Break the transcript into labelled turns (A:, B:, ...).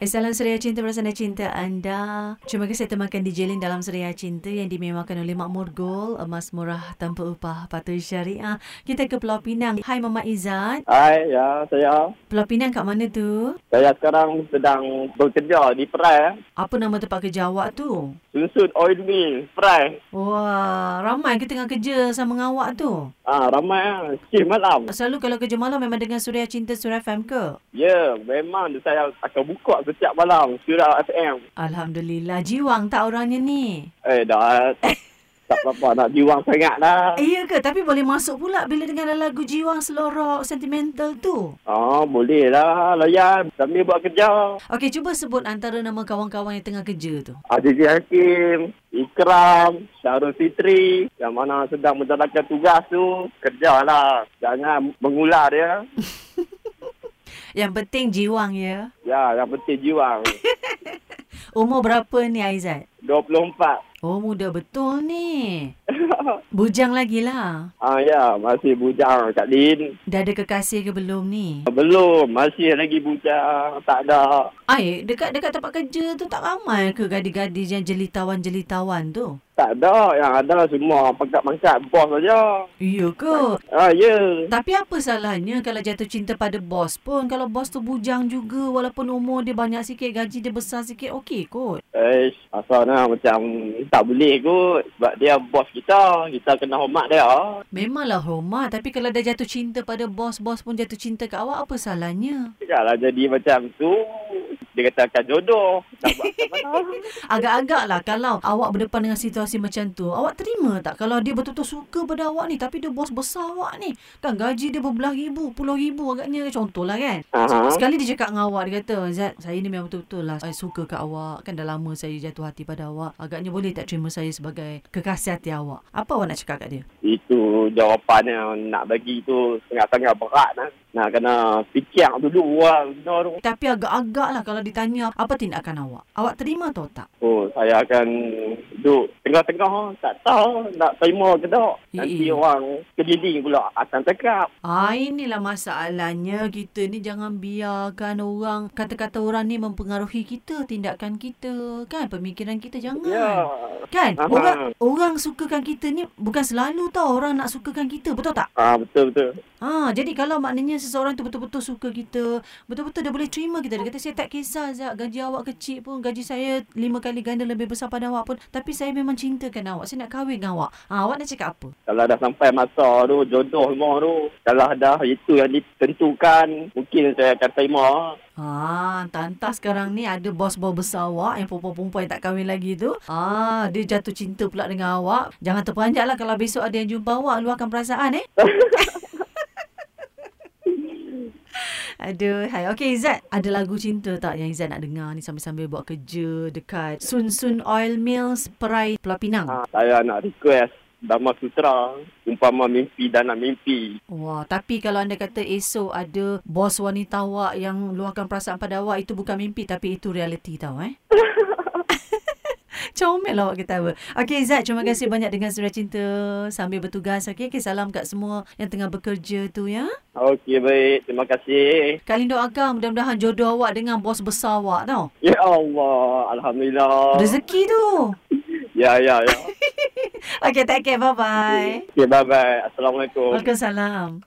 A: Eh, Salam Suria Cinta Perasaan dan Cinta anda. Terima kasih temankan DJ Lin dalam Suria Cinta yang dimewakan oleh Makmur Gold, emas murah tanpa upah, patuh syariah. Kita ke Pulau Pinang. Hai Mama Izzat.
B: Hai, ya, saya.
A: Pulau Pinang kat mana tu?
B: Saya sekarang sedang bekerja di Perai. eh.
A: Apa nama tempat kerja awak tu?
B: Susun oil mill, Perai.
A: Wah, ramai ke tengah kerja sama dengan awak tu?
B: Ah, ramai ah. Sikit malam.
A: Selalu kalau kerja malam memang dengan Suria Cinta Suria FM ke?
B: Ya, memang saya akan buka setiap malam. Surah FM.
A: Alhamdulillah. Jiwang tak orangnya ni?
B: Eh, dah. tak apa-apa nak jiwang sangat lah.
A: Iya ke? Tapi boleh masuk pula bila dengar lagu jiwang selorok sentimental tu.
B: Oh, boleh lah. Layan. Sambil buat kerja.
A: Okey, cuba sebut antara nama kawan-kawan yang tengah kerja tu.
B: Azizi Hakim, Ikram, Syarul Fitri yang mana sedang menjalankan tugas tu kerjalah. Jangan mengular ya.
A: Yang penting jiwang ya.
B: Ya, yang penting jiwang.
A: Umur berapa ni Aizat?
B: 24.
A: Oh, muda betul ni. Bujang lagi lah.
B: Ah ya, masih bujang Kak Lin.
A: Dah ada kekasih ke belum ni?
B: Belum, masih lagi bujang. Tak ada.
A: Ai, dekat dekat tempat kerja tu tak ramai ke gadis-gadis yang jelitawan-jelitawan tu?
B: Tak ada. Yang ada semua pangkat-pangkat bos saja.
A: Iya ke?
B: Ah ya.
A: Tapi apa salahnya kalau jatuh cinta pada bos pun? Kalau bos tu bujang juga walaupun umur dia banyak sikit, gaji dia besar sikit, okey kot.
B: Eh, asalnya macam tak boleh kot. Sebab dia bos kita. Kita kena hormat dia.
A: Memanglah hormat tapi kalau dah jatuh cinta pada bos, bos pun jatuh cinta kat awak, apa salahnya?
B: Janganlah lah jadi macam tu. Dia katakan jodoh. Nak buat macam mana?
A: Agak-agak lah kalau awak berdepan dengan situasi macam tu, awak terima tak kalau dia betul-betul suka pada awak ni tapi dia bos besar awak ni? Kan gaji dia berbelah ribu, puluh ribu agaknya contohlah kan?
B: Aha.
A: Sekali dia cakap dengan awak Dia kata Zat Saya ni memang betul-betul lah Saya suka kat awak Kan dah lama saya jatuh hati pada awak Agaknya boleh tak terima saya sebagai Kekasih hati awak Apa awak nak cakap kat dia?
B: Itu jawapan yang nak bagi tu sangat-sangat berat lah. Nak kena fikir dulu lah. benda tu.
A: Tapi agak-agak lah Kalau ditanya Apa tindakan awak? Awak terima atau tak?
B: Oh, saya akan duduk tengah-tengah lah. tak tahu nak terima ke tak. Nanti
A: Mm-mm.
B: orang keliling pula akan cakap.
A: Ah, inilah masalahnya Kita ni jangan biarkan orang Kata-kata orang ni mempengaruhi kita Tindakan kita Kan? Pemikiran kita jangan
B: Ya.
A: Kan?
B: Aha.
A: Orang orang sukakan kita ni Bukan selalu tau Orang nak sukakan kita Betul tak?
B: Ah betul betul.
A: Ha, jadi kalau maknanya seseorang tu betul-betul suka kita, betul-betul dia boleh terima kita. Dia kata saya tak kisah Zak, gaji awak kecil pun, gaji saya lima kali ganda lebih besar pada awak pun. Tapi saya memang cintakan awak, saya nak kahwin dengan awak. Ha, awak nak cakap apa?
B: Kalau dah sampai masa tu jodoh semua tu, kalau dah itu yang ditentukan, mungkin saya akan terima.
A: Ha, tantah sekarang ni ada bos-bos besar awak yang perempuan-perempuan yang tak kahwin lagi tu. Ha, dia jatuh cinta pula dengan awak. Jangan terperanjat lah kalau besok ada yang jumpa awak, luahkan perasaan eh. Aduh, hai. Okey, Izzat. Ada lagu cinta tak yang Izzat nak dengar ni sambil-sambil buat kerja dekat Sun Sun Oil Mills, Perai, Pulau Pinang?
B: Ah, saya nak request Dhamma Sutra, umpama mimpi dan nak mimpi.
A: Wah, tapi kalau anda kata esok ada bos wanita awak yang luahkan perasaan pada awak, itu bukan mimpi tapi itu realiti tau eh. Comel awak ketawa. Okey Izzat, terima kasih banyak dengan Surah Cinta sambil bertugas. Okey, okay, salam kat semua yang tengah bekerja tu ya.
B: Okey baik, terima kasih.
A: Kak Lin doakan mudah-mudahan jodoh awak dengan bos besar awak tau.
B: Ya Allah, Alhamdulillah.
A: Rezeki tu.
B: Ya ya ya.
A: Okey, take care. Bye-bye.
B: Okay, bye bye. Assalamualaikum.
A: Waalaikumsalam.